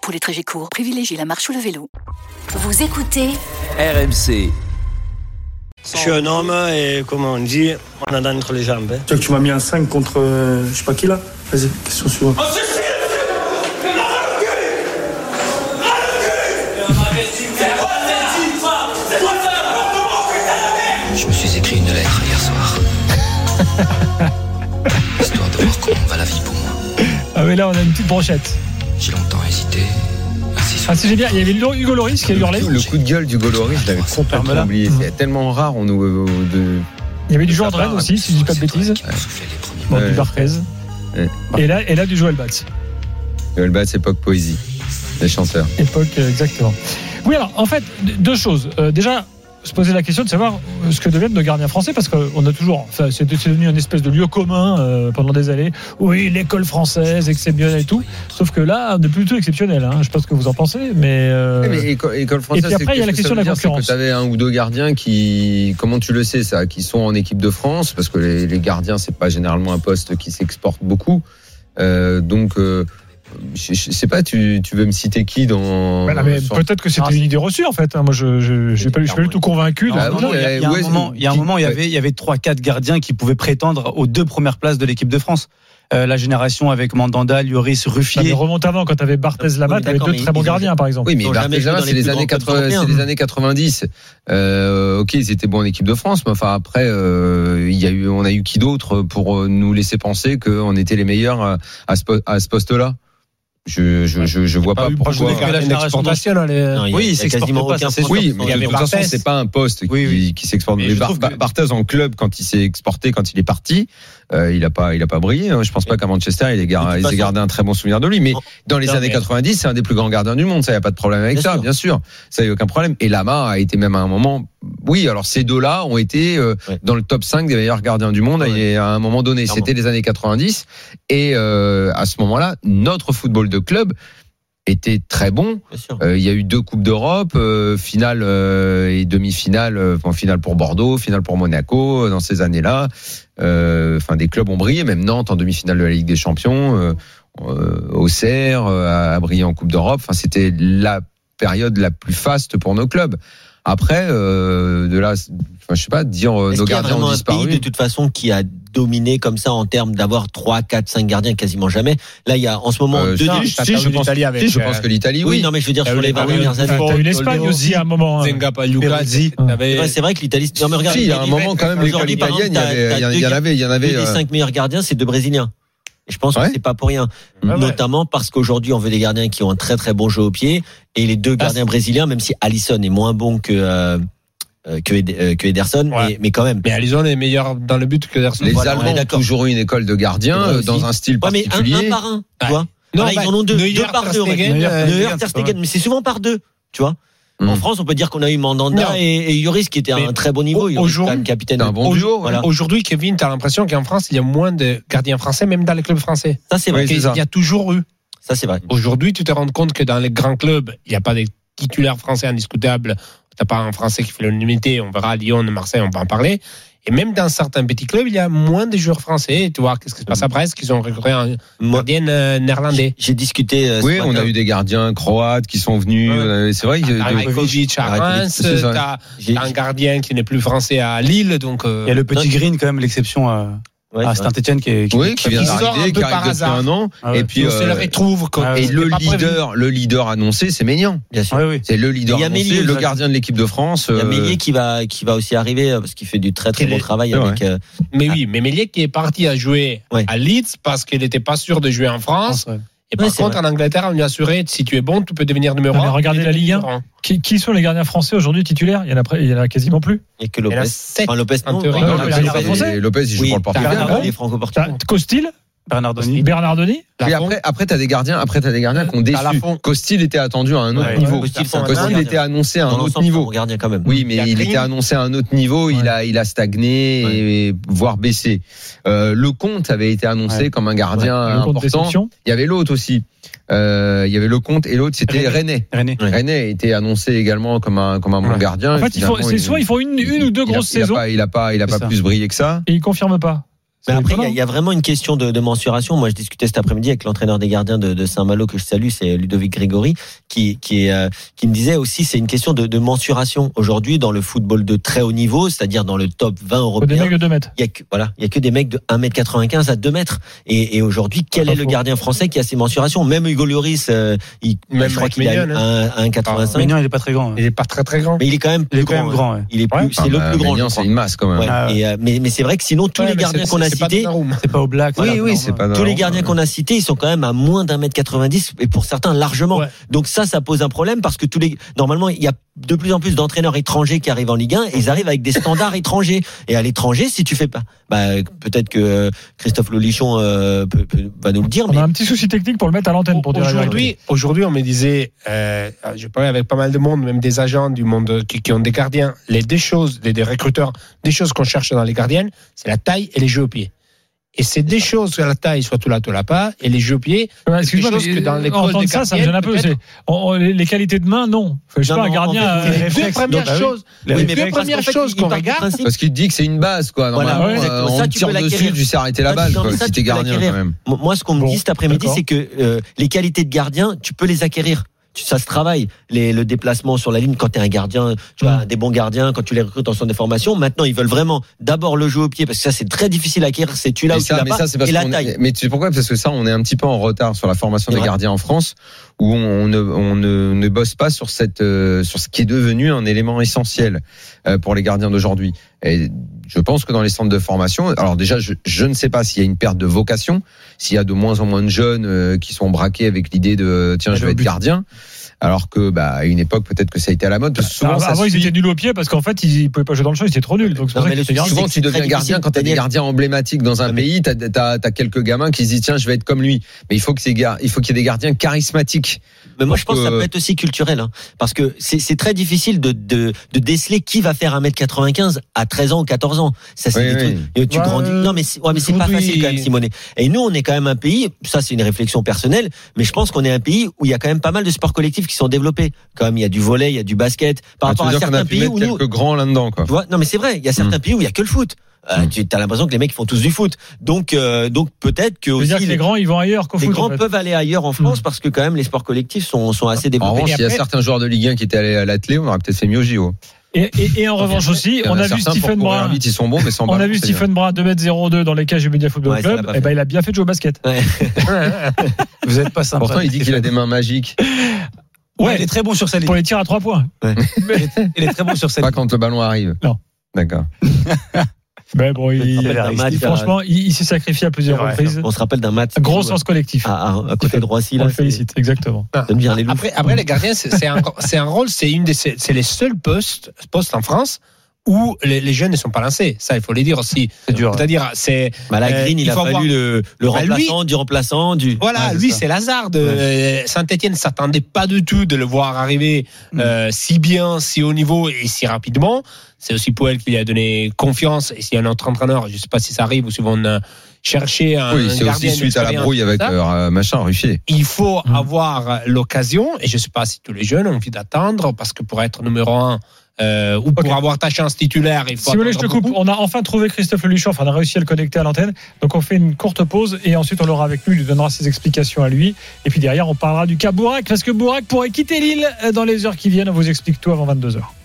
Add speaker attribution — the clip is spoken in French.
Speaker 1: Pour les trajets courts, privilégiez la marche ou le vélo.
Speaker 2: Vous écoutez
Speaker 3: RMC.
Speaker 4: Je suis un homme et comme on dit, on a entre les jambes. hein.
Speaker 5: Tu vois que tu m'as mis un 5 contre euh, je sais pas qui là Vas-y, question suivante.
Speaker 6: Je me suis écrit une lettre hier soir. Histoire de voir comment va la vie pour moi.
Speaker 7: Ah oui, là, on a une petite brochette.
Speaker 6: J'ai longtemps hésité. Ainsi sur
Speaker 7: Ah, c'est génial. Il y avait Hugo- Hugo Loris qui a hurlé.
Speaker 8: Le coup de gueule du Goloris, je l'avais complètement
Speaker 7: Voilà.
Speaker 8: oublié. C'est tellement rare, on nous. euh, de-
Speaker 7: Il y avait du Jordan aussi, si je dis pas de
Speaker 6: C'est toi
Speaker 7: bêtises.
Speaker 6: qui m'as soufflé les premiers
Speaker 7: Bon,
Speaker 8: Ouais.
Speaker 7: du Barthez.
Speaker 8: Ouais.
Speaker 7: Et là, et là, du Joel Batz.
Speaker 8: Joël Batz, époque poésie. Les chanteurs.
Speaker 7: Époque, euh, exactement. Oui, alors, en fait, d- deux choses. Euh, déjà, se poser la question de savoir euh, ce que deviennent nos gardiens français, parce qu'on a toujours. enfin, C'est c'est devenu une espèce de lieu commun euh, pendant des années. Oui, l'école française, exceptionnelle et tout. Sauf que là, on est plutôt exceptionnel. hein. Je pense que vous en pensez, mais. euh,
Speaker 8: Oui, mais éco- école française,
Speaker 7: Et puis après,
Speaker 8: c'est-
Speaker 7: il y a la
Speaker 8: qu'est-ce que
Speaker 7: question
Speaker 8: ça veut
Speaker 7: de la
Speaker 8: dire, c'est
Speaker 7: concurrence.
Speaker 8: Que tu avais un ou deux gardiens qui, comment tu le sais ça, qui sont en équipe de France, parce que les, les gardiens, c'est pas généralement un poste qui s'exporte beaucoup. Euh, donc, euh, je, je sais pas, tu, tu veux me citer qui dans
Speaker 7: voilà, mais
Speaker 8: sur-
Speaker 7: peut-être que
Speaker 9: Ah,
Speaker 7: c'était
Speaker 9: c'est-
Speaker 7: une idée reçue, en fait. hein. Moi, je je- j'ai pas- je suis pas du tout convaincu. de-
Speaker 8: Ah,
Speaker 9: Non,
Speaker 8: oui,
Speaker 9: non, il y a- il y a un
Speaker 8: ouais,
Speaker 9: moment, il y a un
Speaker 8: qui-
Speaker 9: moment, il y
Speaker 8: ouais.
Speaker 9: avait, il y avait trois, quatre gardiens qui pouvaient prétendre aux deux premières places de l'équipe de France. Euh, la génération avec Mandanda, Lloris,
Speaker 7: Ça
Speaker 9: Ruffier.
Speaker 7: mais remonte avant, quand t'avais Barthez Lamat,
Speaker 9: Oui,
Speaker 7: t'avais
Speaker 9: d'accord,
Speaker 7: deux
Speaker 9: mais
Speaker 7: très bons
Speaker 9: ils ont-
Speaker 7: gardiens, par exemple.
Speaker 8: Oui, mais
Speaker 9: Ils ont jamais joué
Speaker 8: Barthez,
Speaker 9: dans
Speaker 8: c'est
Speaker 9: les
Speaker 8: les
Speaker 9: plus
Speaker 8: années
Speaker 9: grands clubs
Speaker 8: 80, c'est
Speaker 9: européens.
Speaker 8: les années 90. Euh, ok, ils étaient bons en équipe de France, mais enfin après, euh, il y a eu, on a eu qui d'autre pour euh, nous laisser penser qu'on était les meilleurs à, à ce, po- à ce poste-là. Je, je, je, je vois
Speaker 9: pas
Speaker 8: pas
Speaker 9: eu- pas
Speaker 8: pourquoi.
Speaker 9: joué avec la génération d'anciens. Oui, il s'exporte pas, ça, c'est
Speaker 8: Oui, mais
Speaker 9: Il y
Speaker 8: de
Speaker 9: avait
Speaker 8: toute façon,
Speaker 9: Barthez.
Speaker 8: c'est pas un poste qui,
Speaker 9: Oui, oui.
Speaker 8: qui s'exporte.
Speaker 9: Mais
Speaker 8: Mais
Speaker 9: je
Speaker 8: Bar-
Speaker 9: trouve que-
Speaker 8: Barthez en club, quand il s'est exporté, quand il est parti, euh, il a pas, il a pas brillé. hein. Je pense pas qu'à Manchester, il ait gar-
Speaker 9: De toute
Speaker 8: ils aient
Speaker 9: façon- Oh,
Speaker 8: gardé un très bon souvenir de lui. Mais dans les
Speaker 9: Non,
Speaker 8: années
Speaker 9: mais-
Speaker 8: 90, c'est un des plus grands gardiens du monde. Ça, y a pas de problème avec
Speaker 9: Bien
Speaker 8: ça,
Speaker 9: sûr.
Speaker 8: bien sûr. Ça, y a aucun problème. Et Lama a été même à un moment. Oui, alors ces deux-là ont été euh,
Speaker 9: Ouais. Ah
Speaker 8: dans le top 5 des meilleurs gardiens du monde
Speaker 9: Ouais.
Speaker 8: et à un moment donné.
Speaker 9: Clairement.
Speaker 8: C'était les années 90. Et euh, à ce moment-là, notre football de club était très bon. Euh, Il y a eu deux Coupes d'Europe, euh, finale euh, et demi-finale, euh, enfin, finale pour Bordeaux, finale pour Monaco, euh, dans ces années-là. Euh, Enfin, des clubs ont brillé, même Nantes en demi-finale de la Ligue des Champions, euh, euh, Auxerre euh, a brillé en Coupe d'Europe. Enfin, c'était la période la plus faste pour nos clubs. Après, euh, de là, enfin, je sais pas, dire euh,
Speaker 6: Est-ce
Speaker 8: nos
Speaker 6: qu'il y a
Speaker 8: gardiens
Speaker 6: vraiment
Speaker 8: ont
Speaker 6: un
Speaker 8: disparu.
Speaker 6: pays de toute façon qui a dominé comme ça en termes d'avoir 3, 4, 5 gardiens quasiment jamais Là, il y a en ce moment
Speaker 8: Euh,
Speaker 6: deux
Speaker 8: si,
Speaker 6: débuts.
Speaker 8: si, je pense-
Speaker 9: l'Italie avec,
Speaker 8: si, je
Speaker 9: euh,
Speaker 8: pense que l'Italie,
Speaker 6: Oui,
Speaker 8: oui.
Speaker 6: non, mais je veux dire,
Speaker 9: T'as
Speaker 6: sur
Speaker 9: eu
Speaker 6: les
Speaker 9: les
Speaker 6: 20
Speaker 9: Barrios,
Speaker 6: dernières années.
Speaker 9: t'as
Speaker 7: T'as eu l'Espagne aussi à un moment. hein.
Speaker 9: Peruzzi,
Speaker 6: C'est vrai- C'est vrai que l'Italie. Non, mais regarde,
Speaker 8: Si, il y a un moment quand même, l'école
Speaker 6: Aujourd'hui, par
Speaker 8: italienne, il y
Speaker 6: exemple,
Speaker 8: avait-
Speaker 6: t'as-
Speaker 8: il y en-
Speaker 6: t'as
Speaker 8: il y en
Speaker 6: deux-
Speaker 8: avait, il y en
Speaker 6: Deux
Speaker 8: avait.
Speaker 6: des
Speaker 8: euh,
Speaker 6: cinq meilleurs gardiens, c'est deux Brésiliens. Et je pense
Speaker 8: Ouais.
Speaker 6: que c'est pas pour rien.
Speaker 8: Ouais,
Speaker 7: ouais.
Speaker 6: Notamment parce qu'aujourd'hui, on veut des gardiens qui ont un très très bon jeu au pied. Et les deux
Speaker 8: Ah,
Speaker 6: gardiens brésiliens, même si Allison est moins bon que, euh, euh, que, Ed- euh, que Ederson,
Speaker 9: Ouais.
Speaker 6: mais, mais quand même.
Speaker 9: Mais Allison est meilleur dans le but que Derson.
Speaker 8: Les
Speaker 6: Voilà, on est
Speaker 8: Allemands ont
Speaker 6: d'accord.
Speaker 8: toujours eu une école de gardiens
Speaker 6: C'est vrai
Speaker 8: euh, dans
Speaker 6: aussi.
Speaker 8: un style
Speaker 6: Ouais, mais un,
Speaker 8: particulier.
Speaker 6: un par un, tu
Speaker 9: Ouais.
Speaker 6: vois.
Speaker 9: Non,
Speaker 6: Là,
Speaker 9: bah,
Speaker 6: ils en ont deux.
Speaker 9: Neuer,
Speaker 6: deux par
Speaker 9: Ter
Speaker 6: deux. on va dire.
Speaker 9: Stegen, euh,
Speaker 6: Neuer,
Speaker 9: Ter
Speaker 6: Ter Stegen, mais c'est souvent par deux, tu vois. En
Speaker 8: Mm.
Speaker 6: France, on peut dire qu'on a eu Mandanda
Speaker 9: Non.
Speaker 6: et, et Lloris qui était à
Speaker 9: Mais
Speaker 6: un très bon niveau.
Speaker 9: au-
Speaker 6: Lloris,
Speaker 9: aujourd'hui,
Speaker 6: quand même capitaine.
Speaker 8: c'est un bon duo. hein.
Speaker 6: Voilà.
Speaker 9: Aujourd'hui, Kevin, t'as l'impression qu'en France, il y a moins de gardiens français, même dans les clubs français.
Speaker 6: Ça, c'est vrai.
Speaker 8: Oui, c'est
Speaker 9: Il
Speaker 8: ça.
Speaker 9: y a toujours eu.
Speaker 6: Ça, c'est vrai.
Speaker 9: Aujourd'hui, tu te rends compte que dans les grands clubs, il n'y a pas de titulaire français indiscutable. T'as pas un français qui fait l'unanimité. On verra Lyon, Marseille, on va en parler. Et même dans certains petits clubs, il y a moins de joueurs français. Et Tu vois, qu'est-ce qui se passe après Est-ce qu'ils ont recruté un
Speaker 6: Moi,
Speaker 9: gardien euh, néerlandais
Speaker 6: j'ai- j'ai discuté. euh, ce
Speaker 8: Oui, on
Speaker 6: matin.
Speaker 8: a eu des gardiens croates qui sont venus.
Speaker 9: Ouais.
Speaker 8: euh, C'est vrai. que-
Speaker 9: T'as Rajkovic à
Speaker 8: Rajkovic,
Speaker 9: Reims,
Speaker 8: c'est ça.
Speaker 9: t'as
Speaker 6: J'ai-
Speaker 9: t'as un gardien qui n'est plus français à Lille, donc euh,
Speaker 5: Il y a le petit Green quand même, l'exception à,
Speaker 6: ouais,
Speaker 5: à
Speaker 8: Ah,
Speaker 6: c'est vrai.
Speaker 5: Saint-Etienne qui est. qui-
Speaker 8: Oui, qui vient
Speaker 9: Ils sortent un
Speaker 8: d'arriver,
Speaker 9: peu
Speaker 8: qui arrive
Speaker 9: par
Speaker 8: depuis
Speaker 9: hasard.
Speaker 8: un an.
Speaker 5: Ah ouais.
Speaker 8: Et puis
Speaker 9: on se
Speaker 8: euh,
Speaker 9: le retrouve quand
Speaker 8: et
Speaker 9: c'était
Speaker 8: le
Speaker 9: pas prévu.
Speaker 8: leader, le leader annoncé, c'est Maignan.
Speaker 6: Bien sûr.
Speaker 5: Ah oui, oui.
Speaker 8: C'est le leader
Speaker 6: Il y a
Speaker 8: annoncé,
Speaker 6: Mélier,
Speaker 8: le
Speaker 6: exactement.
Speaker 8: gardien de l'équipe de France.
Speaker 6: Il y a
Speaker 8: euh,
Speaker 6: Meunier qui va, qui va aussi arriver euh, parce qu'il fait du très très
Speaker 9: Quel
Speaker 6: bon
Speaker 9: est-
Speaker 6: travail
Speaker 8: Ouais,
Speaker 6: avec. euh,
Speaker 9: Mais oui, mais Mélier qui est parti à jouer
Speaker 6: Ouais.
Speaker 9: à Leeds parce qu'il n'était pas sûr de jouer en France.
Speaker 7: Ah,
Speaker 5: Ouais.
Speaker 9: Et par
Speaker 6: Ouais, c'est
Speaker 9: contre, en Angleterre, on lui a assuré si tu es bon, tu peux devenir numéro
Speaker 7: Non, mais
Speaker 9: 1.
Speaker 7: regardez la Ligue 1. Qui, qui sont les gardiens français aujourd'hui titulaires Il y en a, près- il y en a quasiment plus.
Speaker 6: Et que Lopez.
Speaker 9: Elle a sept
Speaker 6: Enfin, Lopez,
Speaker 9: en
Speaker 6: non.
Speaker 9: théorie.
Speaker 6: non,
Speaker 9: Non,
Speaker 6: Lopez,
Speaker 9: mais
Speaker 8: Lopez,
Speaker 9: il y a
Speaker 6: il
Speaker 9: pas
Speaker 6: fait-
Speaker 9: français.
Speaker 8: et Lopez, il joue
Speaker 6: Oui,
Speaker 8: pour le
Speaker 6: t'as
Speaker 8: Portugal.
Speaker 6: raison, il est franco-portugais.
Speaker 7: T'as- Costil
Speaker 10: Bernard Denis.
Speaker 7: Bernardoni
Speaker 8: Puis
Speaker 9: Lafont.
Speaker 8: après, après t'as des gardiens, après t'as des gardiens qui ont déçu.
Speaker 9: Lafont.
Speaker 8: Costil était attendu à un autre
Speaker 10: Ouais.
Speaker 8: niveau.
Speaker 6: Costil, c'est un
Speaker 8: Costil
Speaker 6: gardien.
Speaker 8: était annoncé à
Speaker 6: Dans
Speaker 8: un autre
Speaker 6: l'ensemble, c'est un bon
Speaker 8: niveau.
Speaker 6: gardien quand même.
Speaker 8: Oui,
Speaker 9: Il y a
Speaker 8: mais il
Speaker 9: Green.
Speaker 8: était annoncé à un autre niveau. Il
Speaker 10: Ouais.
Speaker 8: a, il a stagné, et, voire baissé. Euh, le compte avait été annoncé comme un gardien
Speaker 7: Le compte
Speaker 8: important.
Speaker 7: déception.
Speaker 8: Il y avait l'autre aussi. Euh, il y avait le compte et l'autre c'était René.
Speaker 10: René.
Speaker 6: Ouais.
Speaker 8: René était annoncé également comme un comme un bon
Speaker 10: Ouais.
Speaker 8: gardien.
Speaker 7: En fait, ils font-
Speaker 8: Finalement,
Speaker 7: c'est
Speaker 8: il-
Speaker 7: soit ils font une, une ou deux
Speaker 8: il a-
Speaker 7: grosses
Speaker 8: il a
Speaker 7: saisons
Speaker 8: pas- Il a pas, il a
Speaker 10: C'est
Speaker 8: pas
Speaker 10: ça.
Speaker 8: plus brillé que ça.
Speaker 7: et ils confirment pas.
Speaker 6: Mais
Speaker 7: C'est
Speaker 6: après, il y a-
Speaker 7: étonnant.
Speaker 6: il y, a vraiment une question de, de mensuration. Moi, je discutais cet après-midi avec l'entraîneur des gardiens de, de Saint-Malo que je salue, c'est Ludovic Grégory, qui, qui, est, euh, qui me disait aussi, c'est une question de, de mensuration. Aujourd'hui, dans le football de très haut niveau, c'est-à-dire dans le top 20
Speaker 7: Faut des mecs
Speaker 6: européen,
Speaker 7: de 2 mètres.
Speaker 6: il y a que, voilà, il y a que des mecs de 1m95 à 2 mètres. Et, et aujourd'hui, quel
Speaker 7: Pas
Speaker 6: est le
Speaker 7: faux.
Speaker 6: gardien français qui a ces mensurations Même Hugo Lloris, euh, il,
Speaker 9: Même
Speaker 6: je crois
Speaker 9: Mike
Speaker 6: qu'il a eu
Speaker 9: Maignan, hein. Ah,
Speaker 6: un, un 85.
Speaker 10: Mignon, il est pas très grand. hein.
Speaker 9: Il est pas très très grand.
Speaker 6: mais il est quand même
Speaker 10: Il
Speaker 6: plus
Speaker 10: est quand même
Speaker 6: grand.
Speaker 10: grand.
Speaker 6: hein.
Speaker 10: ouais.
Speaker 6: Il est plus,
Speaker 9: Ouais.
Speaker 6: c'est
Speaker 8: Ah
Speaker 6: le
Speaker 8: bah,
Speaker 6: plus grand. je
Speaker 8: Maignan, c'est
Speaker 6: crois.
Speaker 8: une masse quand même.
Speaker 6: Ouais.
Speaker 10: Ah ouais.
Speaker 6: Et, euh, mais mais c'est vrai que sinon, tous
Speaker 9: Ouais,
Speaker 6: les
Speaker 9: mais
Speaker 6: gardiens
Speaker 9: c'est-
Speaker 6: qu'on a
Speaker 9: c'est pas
Speaker 6: cités,
Speaker 9: Donnarumma.
Speaker 10: C'est pas au black.
Speaker 8: Oui, oui, c'est pas
Speaker 6: Tous les
Speaker 8: normal.
Speaker 6: gardiens qu'on a cités, ils sont quand même à moins d'un mètre 90 et pour certains largement.
Speaker 7: Ouais.
Speaker 6: Donc ça, ça pose un problème parce que tous les normalement il y a de plus en plus d'entraîneurs étrangers qui arrivent en Ligue 1 et ils arrivent avec des standards étrangers. Et à l'étranger, si tu fais pas, bah peut-être que euh, Christophe Lolichon euh, peut- peut- va nous le dire,
Speaker 7: On
Speaker 9: Ah,
Speaker 6: mais
Speaker 7: a un petit souci technique pour le mettre à l'antenne pour dire la vérité.
Speaker 9: Aujourd'hui, aujourd'hui, on me disait, euh, je parlais avec pas mal de monde, même des agents du monde qui, qui ont des gardiens, les deux choses, les deux recruteurs, des choses qu'on cherche dans les gardiennes, c'est la taille et les jeux au pied. Et c'est des choses que la taille soit tout là, tout là pas, et les jeux au pied.
Speaker 7: Ouais, Excuse-moi,
Speaker 9: Quelque chose que dans
Speaker 7: mais,
Speaker 9: les
Speaker 7: euh, entendre
Speaker 9: causes
Speaker 7: ça, ça me
Speaker 9: des
Speaker 7: gêne un peu.
Speaker 9: gardiennes,
Speaker 7: c'est- on- on- les, les qualités de main, non. Faut- Je sais
Speaker 6: Non,
Speaker 7: pas, un
Speaker 6: non,
Speaker 7: gardien.
Speaker 6: en fait,
Speaker 7: euh,
Speaker 9: Les
Speaker 7: réflexe,
Speaker 9: deux premières
Speaker 7: donc, ah oui.
Speaker 9: choses,
Speaker 10: Les
Speaker 9: les
Speaker 6: mais
Speaker 9: deux
Speaker 6: parce qu'en
Speaker 9: premières
Speaker 6: fait,
Speaker 9: choses
Speaker 6: il
Speaker 9: qu'on
Speaker 6: part du
Speaker 9: regarde,
Speaker 6: principe-
Speaker 8: Parce qu'il dit que c'est une base, quoi.
Speaker 6: Voilà,
Speaker 8: Normalement,
Speaker 7: ouais,
Speaker 8: euh,
Speaker 6: exactement.
Speaker 8: on
Speaker 6: Ça,
Speaker 8: te
Speaker 6: tu
Speaker 8: tire
Speaker 6: peux
Speaker 8: dessus,
Speaker 6: l'acquérir.
Speaker 8: tu sais arrêter
Speaker 6: Ça,
Speaker 8: la
Speaker 6: tu
Speaker 8: balle,
Speaker 6: peux-
Speaker 8: quoi.
Speaker 6: ça, tu
Speaker 8: Si t'es
Speaker 6: peux
Speaker 8: gardien,
Speaker 6: l'acquérir.
Speaker 8: quand même.
Speaker 6: Moi, moi, ce qu'on me
Speaker 7: Bon,
Speaker 6: dit cet après-midi,
Speaker 7: d'accord.
Speaker 6: c'est que euh, les qualités de gardien, tu peux les acquérir. Tu- Ça se travaille. Les, le déplacement sur la ligne, quand tu es un gardien, tu
Speaker 8: Mm.
Speaker 6: vois, des bons gardiens, quand tu les recrutes en centre de formation, maintenant, ils veulent vraiment d'abord le jeu au pied, parce que ça, c'est très difficile à acquérir. C'est tu là
Speaker 8: Mais
Speaker 6: ou tu
Speaker 8: ça,
Speaker 6: l'as
Speaker 8: mais
Speaker 6: pas,
Speaker 8: ça, c'est parce
Speaker 6: et la
Speaker 8: qu'on est-
Speaker 6: taille.
Speaker 8: Mais tu sais pourquoi Parce que ça, on est un petit peu en retard sur la formation
Speaker 6: C'est
Speaker 8: des
Speaker 6: vrai.
Speaker 8: gardiens en France, où on ne, on ne, ne bosse pas sur cette, euh, sur ce qui est devenu un élément essentiel euh, pour les gardiens d'aujourd'hui. Et je pense que dans les centres de formation, alors déjà, je, je ne sais pas s'il y a une perte de vocation, s'il y a de moins en moins de jeunes euh, qui sont braqués avec l'idée de tiens,
Speaker 7: Bah,
Speaker 8: je vais être gardien. Alors que, bah, à une époque, peut-être que ça a été à la mode. parce que souvent,
Speaker 7: Ah,
Speaker 8: ça
Speaker 7: avant, ils
Speaker 8: suit-
Speaker 7: étaient nuls au pied parce qu'en fait, ils, ils pouvaient pas jouer dans le champ, ils étaient trop nuls. Donc, c'est pour
Speaker 6: Non, mais
Speaker 7: ça qu'ils
Speaker 6: le
Speaker 7: étaient
Speaker 6: souci,
Speaker 7: gardés.
Speaker 8: Souvent, tu
Speaker 6: c'est très
Speaker 8: deviens gardien
Speaker 6: difficile,
Speaker 8: quand t'as des
Speaker 6: Daniel.
Speaker 8: gardiens emblématiques dans un
Speaker 6: mais-
Speaker 8: pays. T'as as, quelques gamins qui se disent tiens, je vais être comme lui. Mais il faut que ces gar- il faut qu'il y ait des gardiens charismatiques.
Speaker 6: Mais moi, je pense
Speaker 8: Donc,
Speaker 6: que ça
Speaker 8: euh,
Speaker 6: peut être aussi culturel, hein, parce que c'est c'est très difficile de, de, de déceler qui va faire 1m95 à 13 ans ou 14 ans. Ça, c'est
Speaker 8: Oui,
Speaker 6: des
Speaker 8: oui.
Speaker 6: trucs. et Tu
Speaker 7: Bah,
Speaker 9: Ouais,
Speaker 6: grandis.
Speaker 9: euh,
Speaker 6: Non, mais c'est ouais, mais c'est pas
Speaker 9: aujourd'hui-
Speaker 6: facile quand même, Simonet. Et nous, on est quand même un pays. Ça, c'est une réflexion personnelle, mais je pense qu'on est un pays où il y a quand même pas mal de sports collectifs qui sont développés. Comme il y a du volley, il y a du basket. Par
Speaker 8: Enfin, Ah, tu
Speaker 6: rapport
Speaker 8: veux
Speaker 6: à
Speaker 8: dire qu'on a
Speaker 6: certains
Speaker 8: pu
Speaker 6: pays
Speaker 8: mettre
Speaker 6: où nous,
Speaker 8: quelques Hmm. grands là-dedans, quoi.
Speaker 6: tu vois, non mais c'est vrai, il y a certains pays où il y a que le foot. Euh,
Speaker 8: Mm.
Speaker 6: Tu as l'impression que les mecs font tous du foot. Donc euh, donc peut-être que aussi
Speaker 7: C'est-à-dire que les grands, ils vont ailleurs qu'au
Speaker 6: les
Speaker 7: foot.
Speaker 6: grands
Speaker 7: en fait. Hmm.
Speaker 6: peuvent aller ailleurs en France parce que quand même les sports collectifs sont sont assez
Speaker 8: Ah, En
Speaker 6: développés.
Speaker 8: revanche, s'il y a
Speaker 7: après-
Speaker 8: certains joueurs de Ligue 1 qui étaient allés à l'athlé, on aurait peut-être fait mieux au JO.
Speaker 7: Et, et- et en revanche aussi,
Speaker 8: Il y en
Speaker 7: on a vu
Speaker 8: certains,
Speaker 7: Stephen
Speaker 8: pour courir
Speaker 7: Brun.
Speaker 8: vite, ils sont bons, mais sans
Speaker 7: On a
Speaker 8: ballon,
Speaker 7: vu
Speaker 8: c'est
Speaker 7: Stephen Brun 2m02 dans les cages du Media Football
Speaker 6: Ouais, ça l'a
Speaker 7: Club.
Speaker 6: pas
Speaker 7: Et
Speaker 6: fait.
Speaker 7: ben, il a bien fait de jouer au basket.
Speaker 10: Vous êtes pas sympa.
Speaker 8: Pourtant, il dit qu'il a des mains magiques.
Speaker 10: Ouais,
Speaker 7: Ouais,
Speaker 10: il est très bon sur sa ligne.
Speaker 7: pour les tirs à 3 points.
Speaker 10: Il est très bon sur sa
Speaker 8: Pas
Speaker 10: ligne.
Speaker 8: quand le ballon arrive.
Speaker 7: Non.
Speaker 8: D'accord.
Speaker 7: Mais bon, il,
Speaker 10: rappelle un match,
Speaker 7: il- franchement, il, il s'est sacrifié à plusieurs
Speaker 10: C'est vrai,
Speaker 7: reprises.
Speaker 6: On se rappelle d'un match.
Speaker 7: Gros
Speaker 6: où, euh,
Speaker 7: sens collectif.
Speaker 6: à, à- à côté de Roissy,
Speaker 7: on
Speaker 6: là.
Speaker 7: le félicite, exactement.
Speaker 6: c'est- ça devient les loups.
Speaker 9: Après, après les gardiens, c'est c'est un, c'est un rôle, c'est une des, c'est c'est les seuls postes, postes en France où les, les jeunes ne sont pas lancés. Ça, il faut les dire aussi.
Speaker 10: C'est dur.
Speaker 9: C'est-à-dire, c'est
Speaker 6: Bah, la
Speaker 9: euh,
Speaker 6: Green, il,
Speaker 9: il
Speaker 6: a
Speaker 9: faut
Speaker 6: fallu
Speaker 9: avoir-
Speaker 6: le, le
Speaker 9: Bah, lui-
Speaker 6: remplaçant, du remplaçant, du.
Speaker 9: voilà,
Speaker 6: Ouais, c'est
Speaker 9: lui,
Speaker 6: ça.
Speaker 9: c'est Lazard. Euh, Saint-Étienne s'attendait pas du tout de le voir arriver
Speaker 8: Mm.
Speaker 9: euh, si bien, si haut niveau et si rapidement. C'est aussi Poel qui lui a donné confiance. Et s'il y a un autre entraîneur, je sais pas si ça arrive ou si on euh, chercher un
Speaker 8: Oui, c'est aussi
Speaker 9: gardien
Speaker 8: suite à la
Speaker 9: d'expérience,
Speaker 8: brouille avec
Speaker 9: tout ça
Speaker 8: euh, machin, Ruffier.
Speaker 9: il faut
Speaker 7: Mm.
Speaker 9: avoir l'occasion, et je ne sais pas si tous les jeunes ont envie d'attendre, parce que pour être numéro un euh, ou pour
Speaker 7: Ok.
Speaker 9: avoir ta chance titulaire, il faut.
Speaker 7: Si vous voulez, je te
Speaker 9: attendre
Speaker 7: coupe.
Speaker 9: beaucoup.
Speaker 7: On a enfin trouvé Christophe Leluchon. Enfin, on a réussi à le connecter à l'antenne. Donc, on fait une courte pause et ensuite, on l'aura avec lui. Il lui donnera ses explications à lui. Et euh, puis derrière, on parlera du cas Bourak parce que Bourak pourrait quitter l'île dans les heures qui viennent. On vous explique tout avant 22h.